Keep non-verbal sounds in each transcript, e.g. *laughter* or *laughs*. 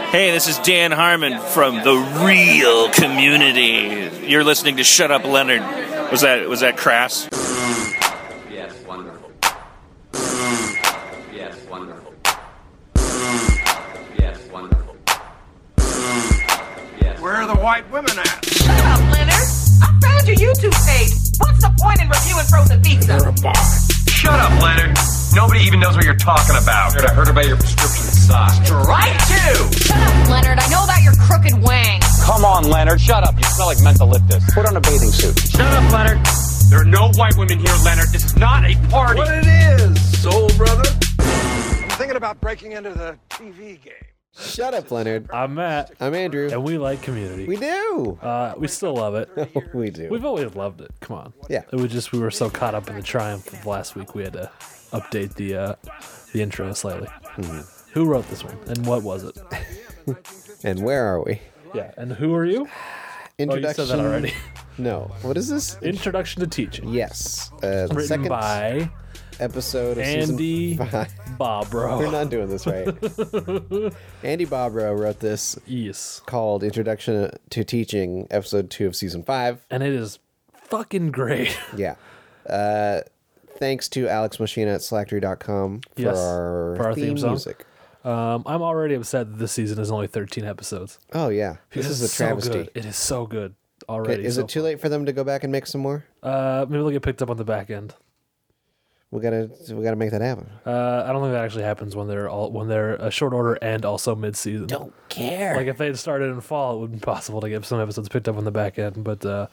Hey, this is Dan Harmon from the Real Community. You're listening to Shut Up Leonard. Was that was that crass? Yes, wonderful. Yes, wonderful. Yes, wonderful. Yes. Where are the white women at? Shut up, Leonard. I found your YouTube page. What's the point in reviewing frozen pizza? Shut up, Leonard. Nobody even knows what you're talking about. I heard about your prescription sauce. Right to. Shut up, Leonard. I know about your crooked wang. Come on, Leonard. Shut up. You smell like mentholyptus. Put on a bathing suit. Shut up, Leonard. There are no white women here, Leonard. This is not a party. What it is, soul brother? I'm thinking about breaking into the TV game. Shut up, Leonard. I'm Matt, I'm Andrew. and we like community. We do. uh, we still love it. *laughs* We do. We've always loved it. Come on. Yeah. It was just we were so caught up in the triumph of last week, we had to update the uh, the intro slightly. Mm-hmm. Who wrote this one, and what *laughs* was it? And where are we? Yeah, and who are you? Oh, you Introduction. said that already. *laughs* No. What is this? Introduction to teaching, Yes. Uh, the written second by episode of *laughs* Andy season five. We're Bobro. not doing this *laughs* right. Andy Bobrow wrote this yes, called Introduction to Teaching, episode two of season five. and it is fucking great. *laughs* Yeah. Uh, thanks to Alex Machina at slacktree.com for, Yes, our, for our theme, theme song. music. Um, I'm already upset that this season is only 13 episodes. Oh, yeah. This It's is a so travesty. good. It is so good already. Is so it too late for them to go back and make some more? Uh, maybe they'll get picked up on the back end. We gotta, we gotta make that happen. Uh, I don't think that actually happens when they're all when they're a short order and also mid season. Don't care. Like if they had started in fall, it would be possible to get some episodes picked up on the back end, but uh,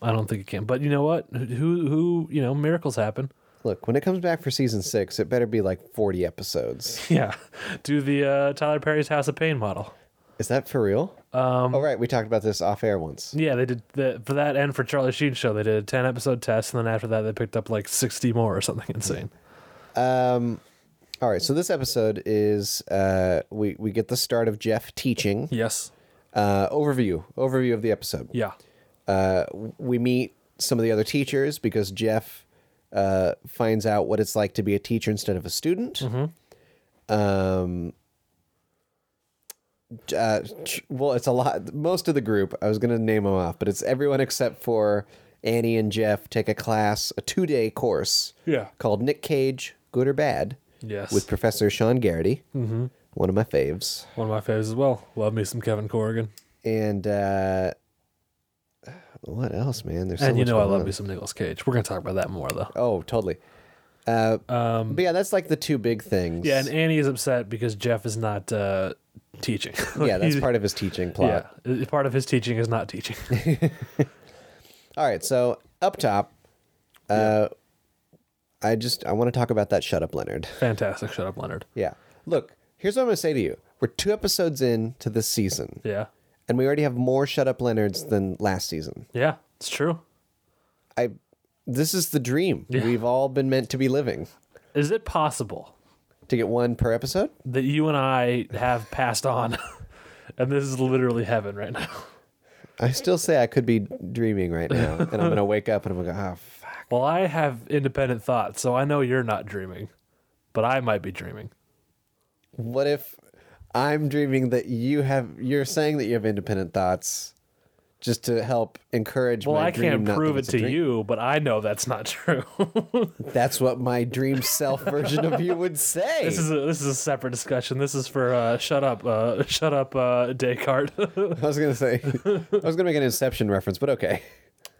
I don't think it can. But you know what? Who who you know miracles happen. *laughs* Look, when it comes back for season six, it better be like forty *laughs* episodes. Yeah, do the uh, Tyler Perry's House of Pain model. Is that for real? Um, oh right, we talked about this off air once. Yeah, they did the, for that and for Charlie Sheen show. They did a ten episode test, and then after that, they picked up like sixty more or something insane. All right, so this episode is uh, we we get the start of Jeff teaching. Yes. Uh, overview overview of the episode. Yeah. We meet some of the other teachers because Jeff uh, finds out what it's like to be a teacher instead of a student. Mm-hmm. Um. Uh, ch- well, it's a lot. Most of the group, I was gonna name them off, but it's everyone except for Annie and Jeff take a class, a two day course Yeah. called Nick Cage, Good or Bad, Yes. Mm-hmm. with Professor Sean Garrity, one of my faves. One of my faves as well. Love me some Kevin Corrigan. And uh, what else, man? There's so and you much know I going love on. me some Nicolas Cage. We're gonna talk about that more though. Oh, totally. Uh, but yeah, that's like the two big things. Um, Yeah, and Annie is upset because Jeff is not uh, teaching. *laughs* yeah, that's part of his teaching plot. Yeah, i- part of his teaching is not teaching. *laughs* All right, so up top, uh, I just I want to talk about that. Shut up, Leonard. *laughs* Fantastic. Shut up, Leonard. Yeah. Look, here's what I'm gonna say to you. We're two episodes in to this season, Yeah, and we already have more Shut Up Leonards than last season. yeah, it's true. I this is the *laughs* dream we've all been meant to be living Is it possible to get one per episode. that you and I have passed on, *laughs* and this is literally heaven right now? *laughs* I still say I could be dreaming right now, and *laughs* I'm gonna wake up and I'm gonna go, oh, fuck. Well, I have independent thoughts, so I know you're not dreaming, but I might be dreaming. what if I'm dreaming that you have? You're saying that you have independent thoughts, just to help encourage. Well, my I dream can't not that prove it it's a to dream. you, but I know that's not *laughs* true. That's what my *laughs* dream self version of you would say. this is a, this is a separate discussion. This is for uh, shut up, uh, *laughs* shut up, uh, Descartes. *laughs* I was gonna say, I was gonna make an Inception reference, but okay.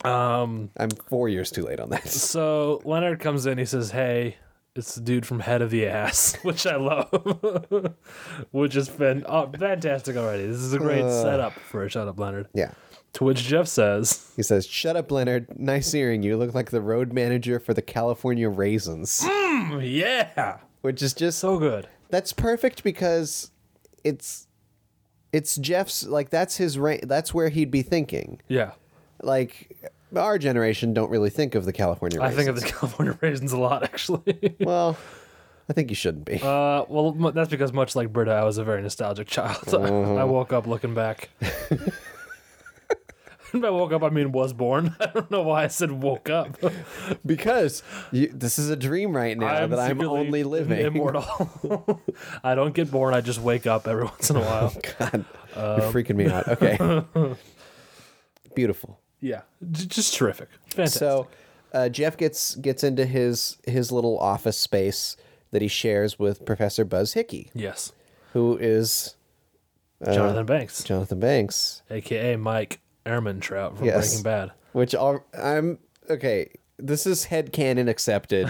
Um, I'm four years too late on that. So Leonard comes in. He says, "Hey, it's the dude from Head of the Ass," *laughs* which I love, *laughs* which has been oh, fantastic already. This is a great setup for a shut up, Leonard. Yeah. To which Jeff says, *laughs* He says, "Shut up, Leonard. Nice hearing you. Look like the road manager for the California Raisins." "Yeah, which is just so good." that's perfect because it's it's Jeff's like that's his ra- that's where he'd be thinking. Yeah, Like our generation don't really think of the California I raisins. think of the *laughs* California raisins a lot, actually. *laughs* well, I think you shouldn't be. uh, well, mu- that's because much like Britta, *laughs* Mm-hmm. I was a very nostalgic child. I, I woke up looking back. And by woke up, I mean was born. *laughs* I don't know why I said woke *laughs* up. *laughs* because you, this is a dream right now that I'm secretly only living. *laughs* Immortal. *laughs* I don't get born. I just wake up every *laughs* once in a while. *laughs* *laughs* God, you're freaking me out. Okay, *laughs* beautiful. yeah. J- just terrific. Fantastic. So uh, Jeff gets gets into his his little office space that he shares with Professor Buzz Hickey, yes. who is Uh-huh. Jonathan Banks, Jonathan Banks. a.k.a. Mike Ehrmantraut from Yes. Breaking Bad. Which all, I'm okay. This is headcanon *laughs* accepted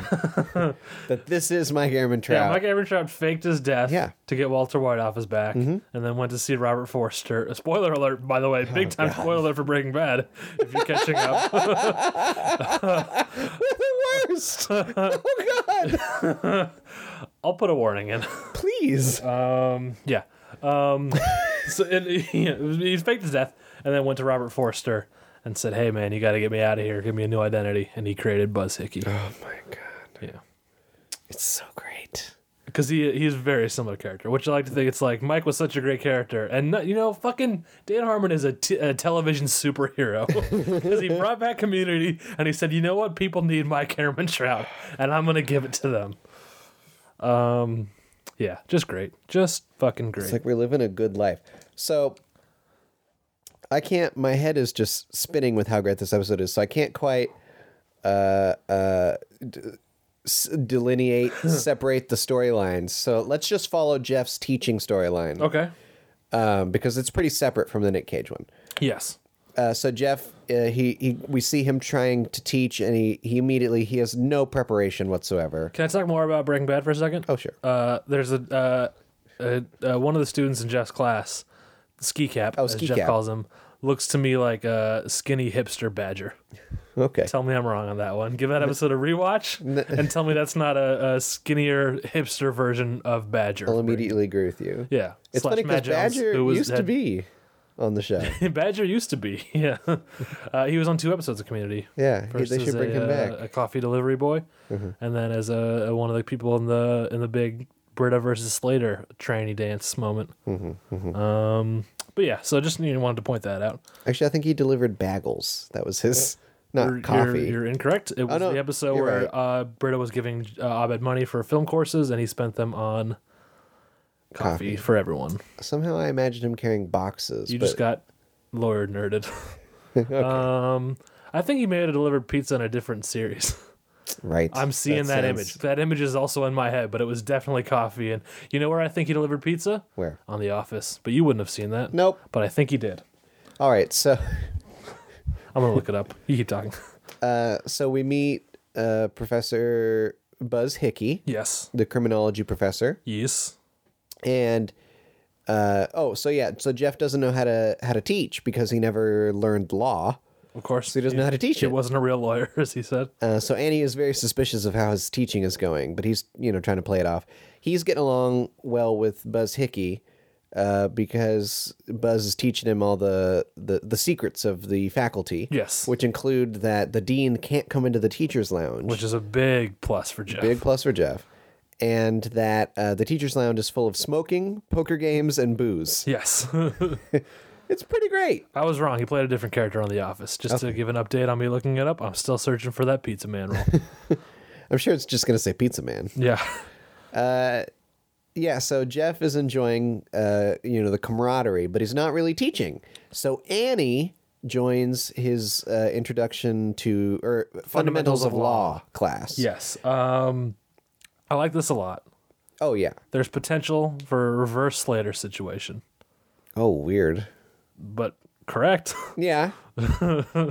that this is Mike Ehrman Yeah, Trout. Mike Ehrmantraut faked his death Yeah. Mm-hmm. to get Walter White off his back and then went to see Robert Forster. Uh, Spoiler alert, by the way, Oh, big time spoiler alert for Breaking Bad, if you're catching *laughs* up. the worst. oh God! I'll put a warning in. *laughs* Please. Uh, yeah. *laughs* Um, so and, he- he faked his death and then went to Robert Forster and said, hey, man, you got to get me out of here. Give me a new identity. And he created Buzz Hickey. oh my God! yeah. It's so great. because he he's a very similar character, which I like to think it's like Mike was such a great character, and not, you know, fucking Dan Harmon is a, t- a television *laughs* superhero because he brought back Community and he said, you know what, people need Mike Herman Trout, and I'm gonna give it to them. Um, yeah, just great, just fucking great. It's like we're living a good life. So I can't. My head is just spinning with how great this episode is. So I can't quite uh, uh, d- s- *laughs* delineate, separate the storylines. So let's just follow Jeff's teaching storyline okay, Oh. um, because it's pretty separate from the Nick Cage one. yes, Uh, so Jeff, uh, he, he we see him trying to teach, and he he immediately he has no preparation whatsoever. Can I talk more about Breaking Bad for a second? Oh, sure. Uh, there's a, uh, a uh, one of the students in Jeff's class, Ski Cap, Oh, as Ski Jeff Cap. calls him, looks to me like a skinny hipster badger. Okay, Tell me I'm wrong on that one. Give that episode a rewatch *laughs* and tell me that's not a, a skinnier hipster version of Badger. I'll immediately agree with you. Yeah. it's Slash funny because Matt Jones, Badger who was- used to had- be on the *laughs* show. Badger used to be. *laughs* Yeah. Uh, he was on two episodes of Community. Yeah, he- First they as should bring a, him back. Mm-hmm. uh, A coffee delivery boy, and then as a, a- one of the people in the in the big Britta versus Slater tranny dance moment. Mm-hmm, Um, but yeah, so just you know, wanted to point that out. Actually, I think he delivered bagels. That was his, not You're- coffee. Oh, You're, you're incorrect. It was no, the episode you're where right. uh, Britta was giving uh, Abed money for film courses, and he spent them on coffee, Coffee. for everyone. Somehow I imagined him carrying boxes. You but just got *laughs* lawyer nerded. Um, I think he may have delivered pizza in a different series. *laughs* right. I'm seeing that, image. sounds- That image is also in my head, but it was definitely coffee. And you know where I think he delivered pizza? Where? On The Office. But you wouldn't have seen that. Nope. But I think he did. All right, so I'm gonna look it up. *laughs* You keep talking. so we meet uh, Professor Buzz Hickey, Yes. the criminology professor, Yes. and uh, oh, so yeah, so Jeff doesn't know how to how to teach because he never learned law. Of course. So he doesn't know how to teach He it. wasn't a real lawyer, *laughs* as he said. Uh, so Annie is very suspicious of how his teaching is going, but he's you know trying to play it off. He's getting along well with Buzz Hickey uh, because Buzz is teaching him all the, the the secrets of the faculty. Yes. which include that the dean can't come into the teachers' lounge, Which is a big plus for Jeff. big plus for Jeff, and that uh, the teachers' lounge is full of smoking, poker games, and booze. Yes. *laughs* It's pretty great. I was wrong. He played a different character on The Office. Just to give an update on me looking it up, I'm still searching for that pizza *laughs* man role. I'm sure it's just gonna say Pizza Man. yeah. yeah, so Jeff is enjoying uh, you know, the camaraderie, but he's not really teaching. So Annie joins his uh, introduction to or fundamentals, of, law, class. Yes. Um, I like this a lot. Oh yeah. There's potential for a reverse Slater situation. Oh weird. but correct. *laughs* Yeah. you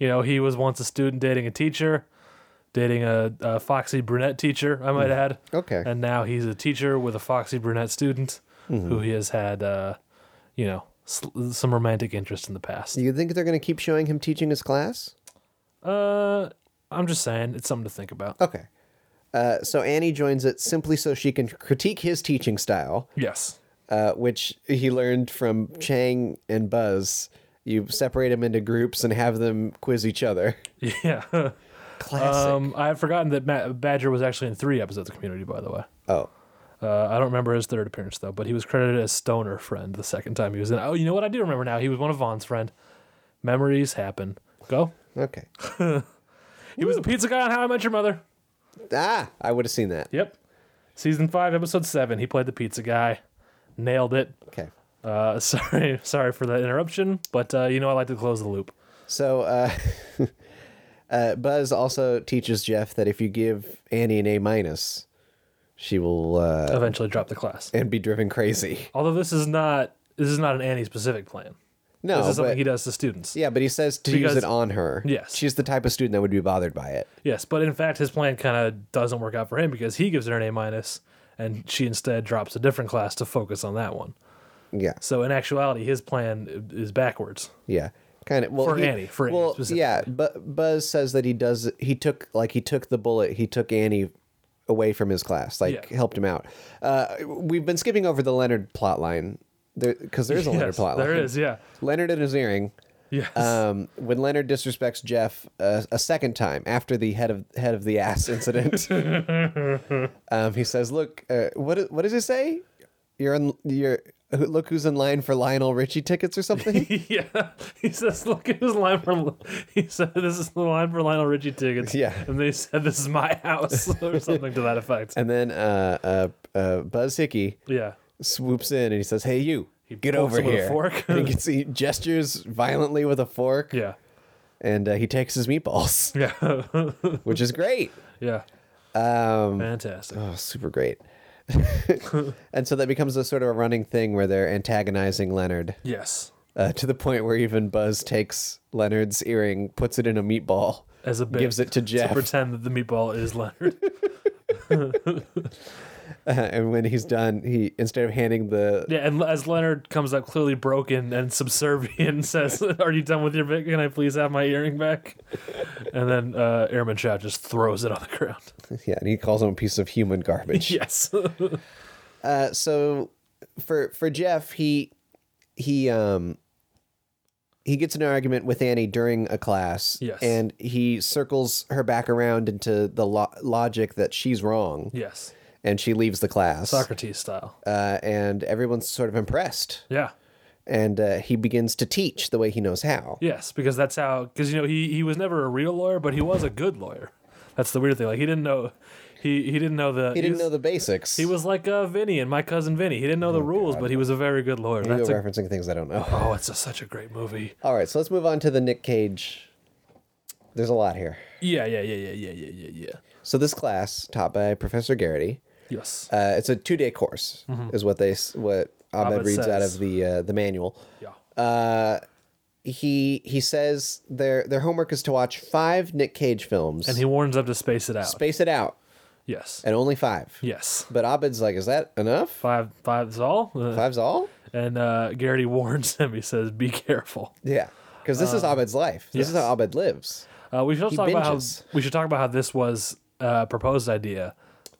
know, he was once a student dating a teacher, dating a, a foxy brunette teacher, I might add. Hmm. Okay. And now he's a teacher with a foxy brunette student Hmm. who he has had, uh, you know, sl- some romantic interest in the past. You think they're gonna keep showing him teaching his class? Uh, I'm just saying, it's something to think about. Okay. Uh, so Annie joins it simply so she can critique his teaching style, Yes. *laughs* uh, which he learned from Chang and Buzz. You separate them into groups and have them quiz each other. Yeah. Classic. um, I had forgotten that Ma- Badger was actually in three episodes of Community, by the way. oh. Uh, I don't remember his third appearance though, but he was credited as Stoner Friend the second time he was in. Oh, you know what? I do remember now. He was one of Vaughn's friend. Memories happen. Go. Okay. He was the pizza guy on How I Met Your Mother. Ah, I would have seen that. Yep. Season five, episode seven. He played the pizza guy. Nailed it. Okay. Uh, *laughs* sorry, sorry for that interruption, but uh, you know I like to close the loop. So uh, *laughs* uh, Buzz also teaches Jeff that if you give Annie an A minus, she will uh, Eventually, drop the class. and be driven crazy. Although this *laughs* is not this is not an Annie specific plan. No, This is something but- he does to students. Yeah, but he says to Because- use it on her. Yes. She's the type of student that would be bothered by it. Yes, but in fact, his plan kind of doesn't work out for him because he gives her an A minus, and she instead drops a different class to focus on that one. Yeah. So in actuality, his plan is backwards. Yeah. Kind of well For he- Annie, for Annie well, specifically. yeah, but Buzz says that he does he took like he took the bullet, he took Annie away from his class, like Yeah. helped him out. Uh, we've been skipping over the Leonard plot line there because there's a Leonard Yes, plot line. there is, yeah, Leonard and his earring. yes. Um, when Leonard disrespects Jeff uh, a second time after the head of head of the ass *laughs* incident, um, he says, "Look, uh, what what does it say? You're in, you're look who's in line for Lionel Richie tickets or *laughs* something." *laughs* yeah, he says, "Look at his line for." He said, "This is the line for Lionel Richie tickets." Yeah. and they said, "This is my house" *laughs* or something to that effect. and then uh, uh, uh, Buzz Hickey yeah, swoops in and he says, "Hey, you." Get pokes over him with a here. fork. And he, gets, he gestures violently with a fork, yeah, and uh, he takes his meatballs, *laughs* yeah, which is great. yeah. Um, Fantastic. Oh, super great. *laughs* and so that becomes a sort of a running thing where they're antagonizing Leonard yes, uh, to the point where even Buzz takes Leonard's earring, puts it in a meatball, as a bit, gives it to Jeff, *laughs* to pretend that the meatball is Leonard. *laughs* and when he's done, he instead of handing the Yeah, and as Leonard comes up clearly broken and subservient, and says, *laughs* "Are you done with your bit? Can I please have my earring back?" And then uh, Airman Chow just throws it on *laughs* the ground. yeah, and he calls him a piece of human *laughs* garbage. Yes, Uh, so for for Jeff, he he um he gets in an argument with Annie during a class, Yes. and he circles her back around into the lo- logic that she's wrong, yes, and she leaves the class. Socrates style. uh, and everyone's sort of impressed. Yeah, And uh, he begins to teach the way he knows how. yes, because that's how. Because you know he he was never a real lawyer, but he was a good lawyer. That's the weird thing. Like he didn't know, he he didn't know the He didn't was- know the Oh, basics. He was like uh, Vinny and my cousin Vinny. He didn't know the rules, but he was a very good lawyer. Maybe That's we're a, referencing things I don't know. *laughs* oh, it's just such a great movie. All right, so let's move on to the Nick Cage. There's a lot here. Yeah, yeah, yeah, yeah, yeah, yeah, yeah, yeah. So this class, taught by Professor Garrity, Yes. uh, it's a two-day course, is what they s- what Abed, Abed reads out Mm-hmm. says. of the uh, the manual. yeah. He he says their their homework is to watch five Nick Cage films And he warns them to space it out. space it out yes. and only five. yes. But Abed's like, is that enough? Five five's all. Uh, Five's all? And uh, Garrity *laughs* warns him. He says, "Be careful." Yeah, because this is Abed's life. This is Um, yes. how Abed lives. Uh, we should also He talk binges. about how we should talk about how this was uh, a proposed idea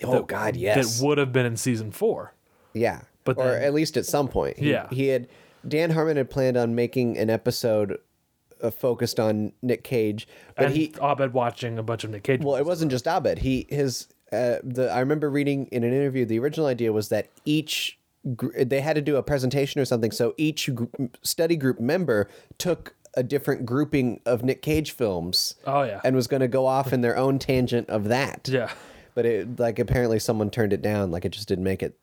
Oh God, yes, that would have been in season four. yeah, but or then- at least at some point, he, Yeah. he had Dan Harmon had planned on making an episode uh, focused on Nick Cage, but and he Abed watching a bunch of Nick Cage. well, it movies. wasn't just Abed. He his uh, the I remember reading in an interview the original idea was that each gr- they had to do a presentation or something, so each gr- study group member took. A different grouping of Nick Cage films. Oh, yeah. and was going to go off in their own tangent of that. Yeah. But it like apparently someone turned it down, like it just didn't make it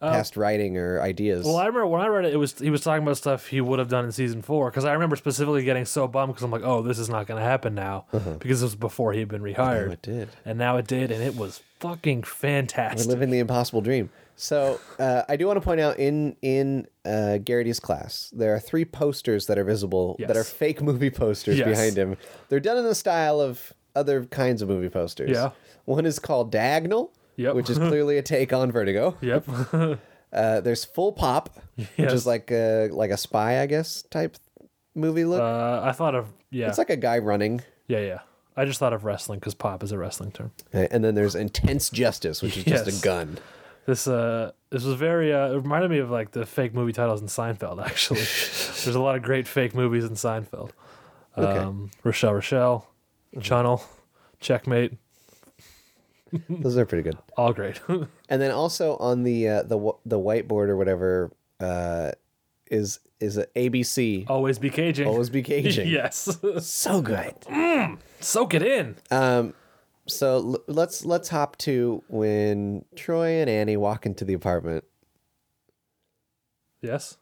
past writing or ideas. Uh, Well, I remember when I read it, it was he was talking about stuff he would have done in season four. Because I remember specifically getting so bummed because I'm like, "Oh, this is not going to happen now," because it was before he had been rehired. Uh-huh. it did. and now it did, and it was fucking We're fantastic. living the impossible dream. So uh, I do want to point out in in uh, Garrity's class, there are three posters that are visible that Yes. are fake movie posters Yes. behind him. They're done in the style of other kinds of movie posters. Yeah. One is called Diagonal, Yep. which *laughs* is clearly a take on Vertigo. *laughs* Yep. Uh, there's Full Pop, which Yes. is like a like a spy, I guess, type movie look. Uh, I thought of yeah, It's like a guy running. yeah, yeah. I just thought of wrestling because pop is a wrestling term. Uh, And then there's intense justice, which is just Yes. a gun. This uh, this was very uh, it reminded me of like the fake movie titles in Seinfeld. *laughs* Actually, there's a lot of great fake movies in Seinfeld. Okay. Mm-hmm. Um, Rochelle, Rochelle, Channel, Checkmate, Those are pretty good. all great. *laughs* And then also on the uh, the wh- the whiteboard or whatever, uh, is is a ABC. Always be caging. Always be caging. *laughs* yes. So good. Um, Soak it in. So l- let's let's hop to when Troy and Annie walk into the apartment yes.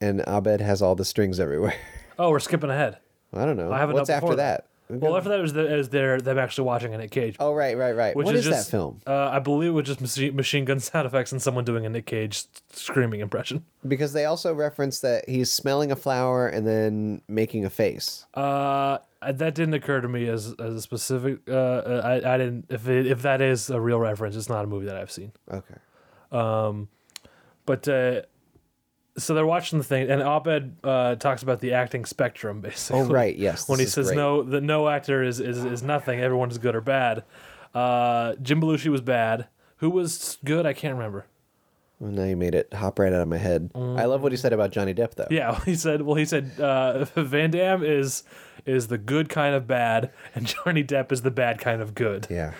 and Abed has all the strings everywhere. *laughs* Oh, we're skipping ahead. I don't know. I have it What's up after before that? Well, after that is the, is their them actually watching a Nick Cage. Oh right, right, right. Which what is is, just, that film? Uh, I believe it was just machine, machine gun *laughs* sound effects and someone doing a Nick Cage s- screaming impression. Because they also reference that he's smelling a flower and then making a face. Uh, I- that didn't occur to me as, as a specific. Uh, I, I didn't. If it, if that is a real reference, it's not a movie that I've seen. Okay. *laughs* But uh, so they're watching the thing, and Abed uh, talks about the acting spectrum *laughs* basically. Oh right, yes. when he this is says great. no, that no actor is, is is nothing. Everyone's good or bad. Uh, Jim Belushi was bad. Who was good? I can't remember. Well, now you made it hop right out of my head. Mm. I love what he said about Johnny Depp though. Yeah, *laughs* he said. Well, he said uh, *laughs* Van Damme is is the good kind of bad, and *laughs* Johnny Depp is the bad kind of good. Yeah.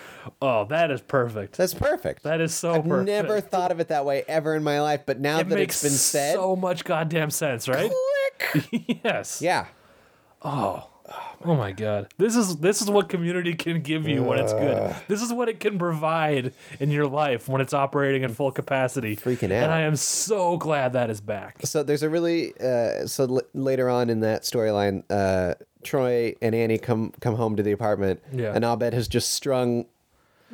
Oh, that is perfect. That's perfect. That is so I've perfect. never thought of it that way ever in my life, but now it that makes it's been said, so much goddamn sense, right? *laughs* yes. yeah. Oh my god. This is this is what community can give you when it's good. This is what it can provide in your life when it's operating in full capacity. Freaking out. And I am so glad that is back. So there's a really uh, so l- later on in that storyline, uh, Troy and Annie come come home to the apartment, Yeah. and Abed has just strung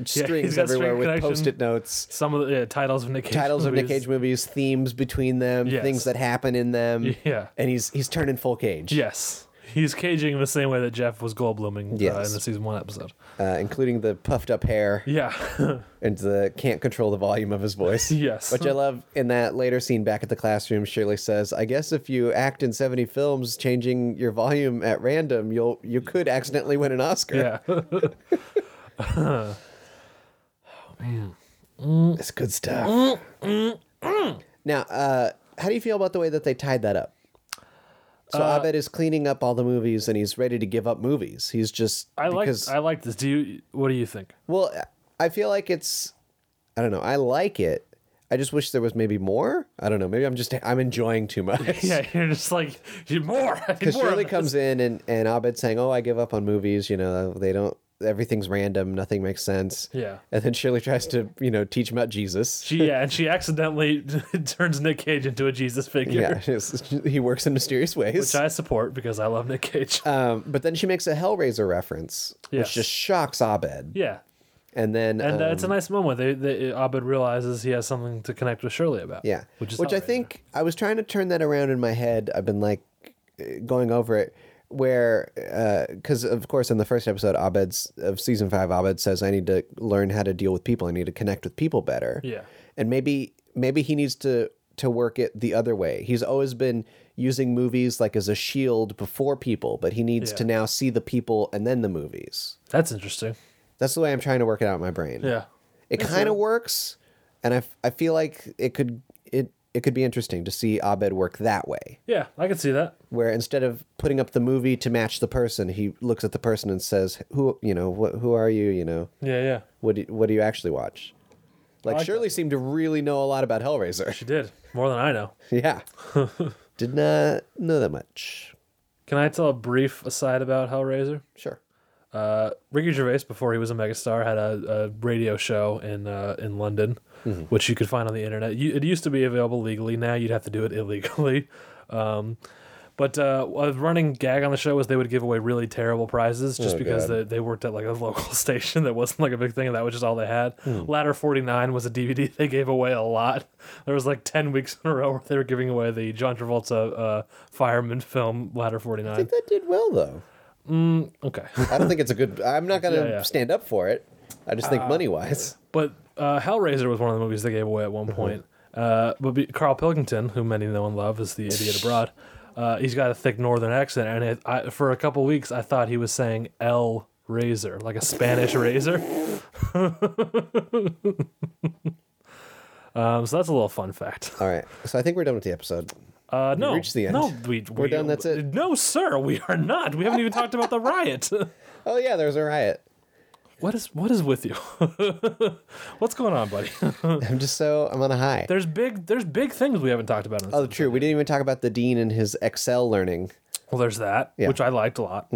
strings he's got everywhere string with connection. post-it notes, Some of the uh, titles of Nick Cage titles of Nick movies. Cage movies, themes between them, Yes. things that happen in them. Yeah. and he's he's turning full Cage, Yes. He's caging in the same way that Jeff was Goldbluming uh, Yes. in the season one episode. uh, including the puffed up hair Yeah. *laughs* and the can't control the volume of his voice. yes. Which I love in that later scene back at the classroom, Shirley says, I guess if you act in 70 films, changing your volume at random, you'll you could accidentally win an Oscar. *laughs* yeah. It's good stuff. now, uh, how do you feel about the way that they tied that up? So Uh, Abed is cleaning up all the movies and he's ready to give up movies. He's just I like because I like this. Do you what do you think? well, I feel like it's I don't know, I like it. I just wish there was maybe more. I don't know. Maybe I'm just I'm enjoying too much. *laughs* *laughs* Yeah, you're just like you more. I need because more of Shirley this. comes in and and Abed's saying, "Oh, I give up on movies. You know, they don't. Everything's random. Nothing makes sense." Yeah. And then Shirley tries to you know teach him about Jesus. She yeah, and she accidentally *laughs* turns Nick Cage into a Jesus figure, Yeah, *laughs* he works in mysterious ways. *laughs* which I support because I love Nick Cage. um, but then she makes a Hellraiser reference, Yes. which just shocks Abed. yeah, And then and uh, um, it's a nice moment. They, they Abed realizes he has something to connect with Shirley about. Yeah. which is I Hellraiser. think I was trying to turn that around in my head. I've been like uh, going over it where because of course in the first episode abed's of season five abed says i need to learn how to deal with people i need to connect with people better Yeah. and maybe maybe he needs to to work it the other way he's always been using movies like as a shield before people but he needs Yeah. to now see the people and then the movies that's interesting. that's the way i'm trying to work it out in my brain Yeah, it kind of works, and I, f- I feel like it could it it could be interesting to see Abed work that way, yeah, I can see that. where instead of putting up the movie to match the person, he looks at the person and says, "Who you know? What who are you? You know? Yeah, yeah, What do, what do you actually watch?" Like like Shirley seemed to really know a lot about *laughs* Hellraiser. she did more than I know. yeah, did not know that much. Can I tell a brief aside about Hellraiser? Sure. Uh, Ricky Gervais, before he was a megastar, had a, a radio show in uh, in London, Mm-hmm. which you could find on the internet. You, it used to be available legally. Now you'd have to do it *laughs* illegally. Um, but uh, a running gag on the show was they would give away really terrible prizes Oh, just because they, they worked at like a local *laughs* station that wasn't like a big thing and that was just all they had. Hmm. Ladder 49 was a DVD *laughs* they gave away a lot. There was like 10 weeks in a row where they were giving away the John Travolta uh, fireman film Ladder I think 49. that did well though. Okay. I don't think it's a good. I'm not gonna Yeah, Uh, yeah. stand up for it. I just think money wise. But uh, Hellraiser was one of the movies they gave away at one Mm-hmm. point. Uh, but be, Carl Pilkington, who many know and love, *laughs* is the idiot abroad. Uh, he's got a thick northern accent, and it, I, for a couple weeks I thought he was saying "El Razor," like a Spanish razor. *laughs* um, so that's a little fun fact. All right, so I think we're done with the episode. Uh, no, reached the end. no, we, We're we- done, that's it. No, sir, we are not. We haven't even talked about the riot. *laughs* Oh yeah, there's a riot. What is what is with you? *laughs* What's going on, buddy? *laughs* I'm just so I'm on a high. there's big there's big things we haven't talked about. In this Oh, true. We didn't even talk about the dean and his Excel learning. Well, there's that, Yeah. Mm-hmm. which I liked a lot.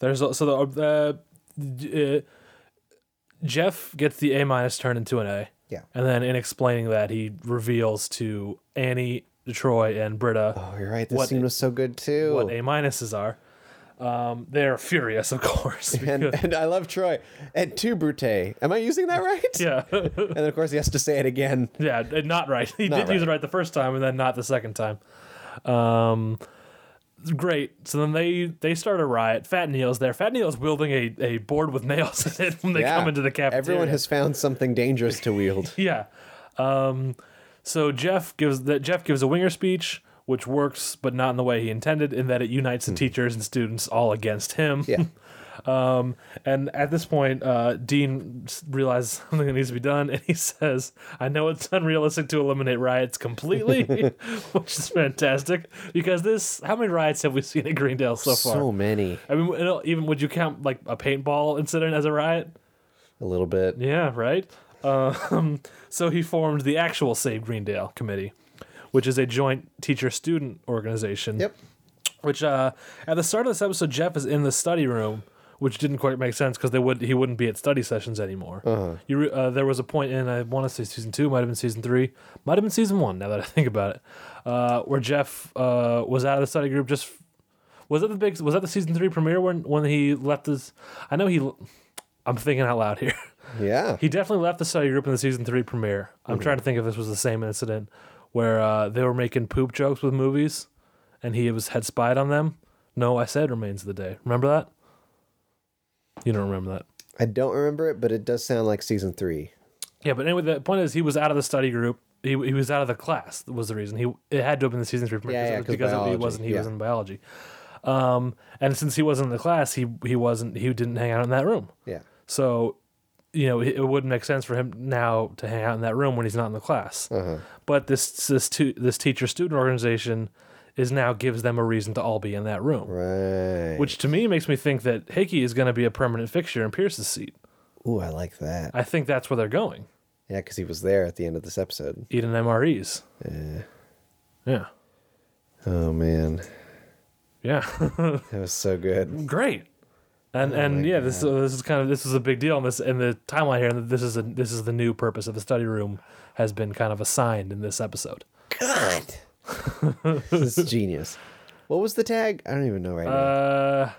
There's al- so the uh, d- uh, Jeff gets the A minus turned into an A. Yeah. and then in explaining that, he reveals to Annie, Troy, and Britta Oh, you're right. This What- scene was so good too. what A minuses are. Um, they're furious, of *laughs* course. *laughs* and, because- and I love Troy. And two Brute. Am I using that *laughs* right? yeah, And then of course he has to say it again. yeah, and not right. *laughs* He Not did use it right. right the first time, and then not the second time. Um, great. So then they they start a riot. Fat Neil's there. Fat Neil's wielding a, a board with nails *laughs* in it when they Yeah. come into the cafeteria. Everyone has found something dangerous to *laughs* wield. Yeah. Um, so Jeff gives that Jeff gives a winger speech, which works, but not in the way he intended, in that it unites the teachers and students all against him. Hmm. *laughs* Yeah. um, and at this point, uh, Dean s- realizes *laughs* something that needs to be done, and he says, "I know it's unrealistic to eliminate riots completely, which is fantastic because this. How many riots have we seen at Greendale so far? So many. I mean, it'll- even would you count like a paintball incident as a riot? A little bit. Yeah, right. Um, *laughs* so he formed the actual Save Greendale Committee, which is a joint teacher-student organization. Yep. Which uh, at the start of this episode, Jeff is in the study room, which didn't quite make sense because they would he wouldn't be at study sessions anymore. You re- uh, there was a point in I want to say season two, might have been season three, might have been season one. Now that I think about it, uh, where Jeff uh, was out of the study group just. Was that the big? Was that the season three premiere when when he left his? I know he. I'm thinking out loud here. *laughs* Yeah. He definitely left the study group in the season three premiere. I'm trying to think if this was the same incident where uh, they were making poop jokes with movies, and he was had spied on them. No, I said remains of the day. Remember that? You don't remember that. I don't remember it, but it does sound like season three. Yeah, but anyway, the point is he was out of the study group. He, he was out of the class was the reason. He it had to have been the season three premiere Yeah, yeah, 'cause because it biology, wasn't he yeah. was in biology. Um, and since he wasn't in the class, he he wasn't he didn't hang out in that room. Yeah. So, you know, it it wouldn't make sense for him now to hang out in that room when he's not in the class. But this this tu- this teacher student organization is now gives them a reason to all be in that room, Right. which to me makes me think that Hickey is going to be a permanent fixture in Pierce's seat. Ooh, I like that. I think that's where they're going, Yeah, because he was there at the end of this episode. eating MREs. Yeah, Oh man, yeah, *laughs* that was so good. great. And and yeah, this so this is kind of this is a big deal in this in the timeline here. And this is a, this is the new purpose of the study room has been kind of assigned in this episode. *laughs* God, this is genius. What was the tag? I don't even know right now. Uh,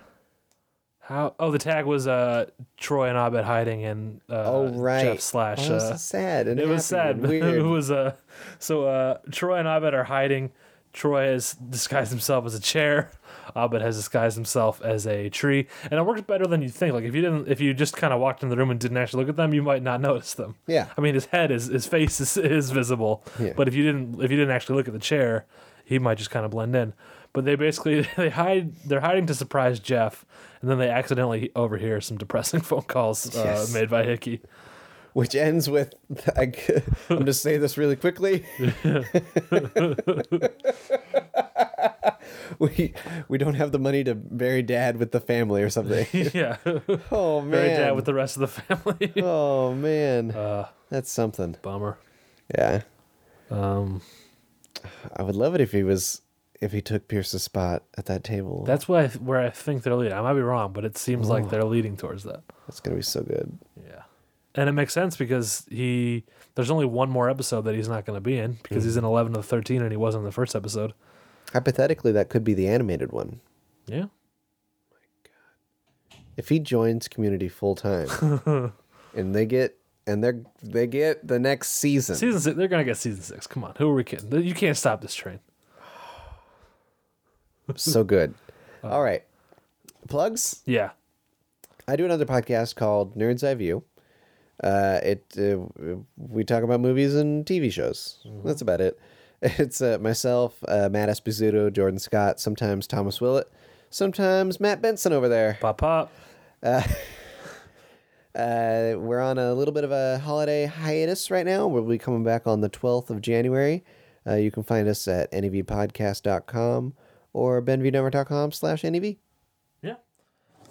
how? Oh, the tag was uh Troy and Abed hiding and uh, Oh right, Jeff slash. Oh, this uh, is sad. And it was happy sad. *laughs* and but Weird. it was uh, so uh, Troy and Abed are hiding. Troy has disguised himself as a chair. Abed has disguised himself as a tree, and it works better than you think. Like if you didn't, if you just kind of walked in the room and didn't actually look at them, you might not *laughs* notice them. Yeah. I mean, his head is his face is, *laughs* is visible, Yeah. but if you didn't, if you didn't actually look at the chair, he might just kind of blend in. But they basically *laughs* they hide. They're hiding to surprise Jeff, and then they accidentally overhear some depressing *laughs* phone calls uh, Yes. made by Hickey. *laughs* Which ends with *laughs* I, I'm just say this really quickly. *laughs* we we don't have the money to bury Dad with the family or *laughs* something. yeah. Oh man, Very dad with the Uh, rest of the family. oh man, that's something. Bummer. Yeah, Um, I would love it if he was if he took Pierce's spot at that table. that's why I th- where I think they're leading. I might be wrong, but it seems like they're leading towards that. That's gonna be so good. Yeah, and it makes sense because he there's only one more episode that he's not going to be in because he's in eleven of the thirteen and he wasn't in the first episode. Hypothetically, that could be the animated one. Yeah, If he joins Community full time, and they get and they are they get the next season. season six. They're going to get season six. Come on, who are we kidding? You can't stop this train. so good. All right, plugs. Yeah, I do another podcast called Nerds Eye View. Uh, it uh, we talk about movies and TV shows. That's about it. *laughs* It's uh, myself, uh, Matt Esposito, Jordan Scott, sometimes Thomas Willett, sometimes Matt Benson over there. pop pop. Uh, we're on a little bit of a holiday hiatus right now. We'll be coming back on the 12th of January. Uh, you can find us at E E nevpodcast.com or benvnumber.com slash nev. Yeah.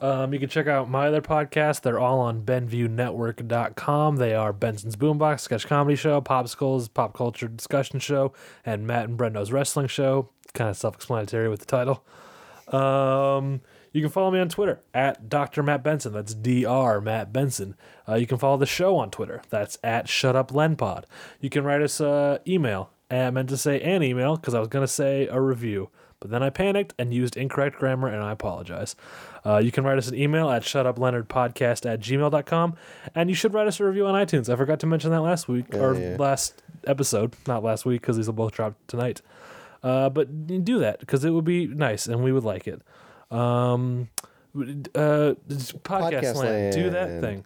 Um, you can check out my other podcasts. They're all on BenviewNetwork.com. They are Benson's Boombox Sketch Comedy Show, Popsicles Pop Culture Discussion Show, and Matt and Brendo's Wrestling Show. Kind of self-explanatory with the title. Um, you can follow me on Twitter at Dr. Matt Benson. That's Dr. Matt Benson. Uh, you can follow the show on Twitter. That's at ShutUpLenPod. You can write us uh, email. And I meant to say an email because I was going to say a review, but then I panicked and used incorrect grammar, and I apologize. Uh, you can write us an email at shutupleonardpodcast at gmail.com, and you should write us a review on iTunes. I forgot to mention that last week, or last episode, not last week because these will both drop tonight. Uh, but do that because it would be nice and we would like it. Um, uh, podcast, land. Do that thing.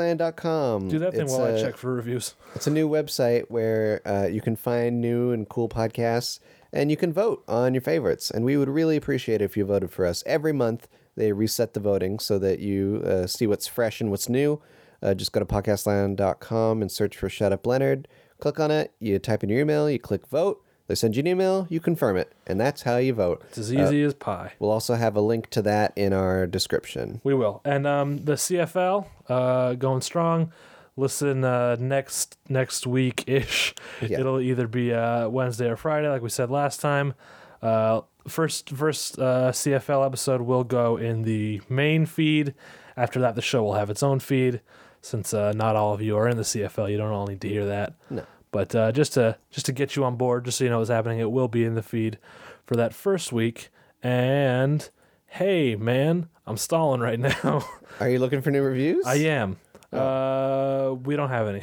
Podcastland.com. Do that thing It's uh, while I a- check for *laughs* reviews. It's a new website where uh, you can find new and cool podcasts and you can vote on your favorites. And we would really appreciate it if you voted for us. Every month, they reset the voting so that you uh, see what's fresh and what's new. Uh, just go to podcastland.com and search for Shut Up Leonard. Click on it. You type in your email, you click vote. They send you an email, you confirm it. And that's how you vote. It's as easy as pie. We'll also have a link to that in our description. We will. And um, the CFL uh, going strong. Listen uh, next next week ish. Yeah. It'll either be uh, Wednesday or Friday, like we said last time. Uh, first first uh, CFL episode will go in the main feed. After that, the show will have its own feed. Since uh, not all of you are in the CFL, you don't all need to hear that. No. But uh, just to just to get you on board, just so you know what's happening, it will be in the feed for that first week. And hey, man, I'm stalling right *laughs* now. Are you looking for new reviews? I am. Oh. Uh, we don't have any,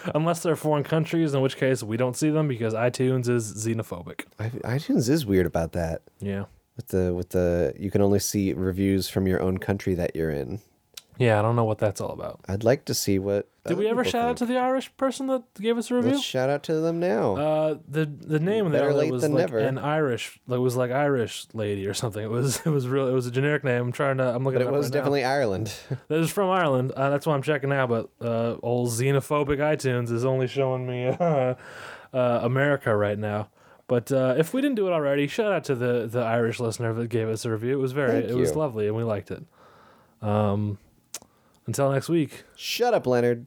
*laughs* unless they're foreign countries, in which case we don't see them because iTunes is xenophobic. I, iTunes is weird about that. Yeah, with the with the you can only see reviews from your own country that you're in. yeah. I don't know what that's all about. I'd like to see what. Did we ever shout out to the Irish person that gave us a review? Let's shout out to them now. Uh, the the name of the Better outlet late was than like never. an Irish, like was like Irish lady or something. It was *laughs* it was real. It was a generic name. I'm trying to. I'm looking. but it it up was right now. definitely Ireland. *laughs* This is from Ireland. Uh, that's why I'm checking now. But uh, old xenophobic iTunes is only showing me *laughs* uh, uh, America right now. But uh, if we didn't do it already, shout out to the, the Irish listener that gave us a review. It was very, Thank it was you. lovely, and we liked it. Um, until next week, Shut up, Leonard.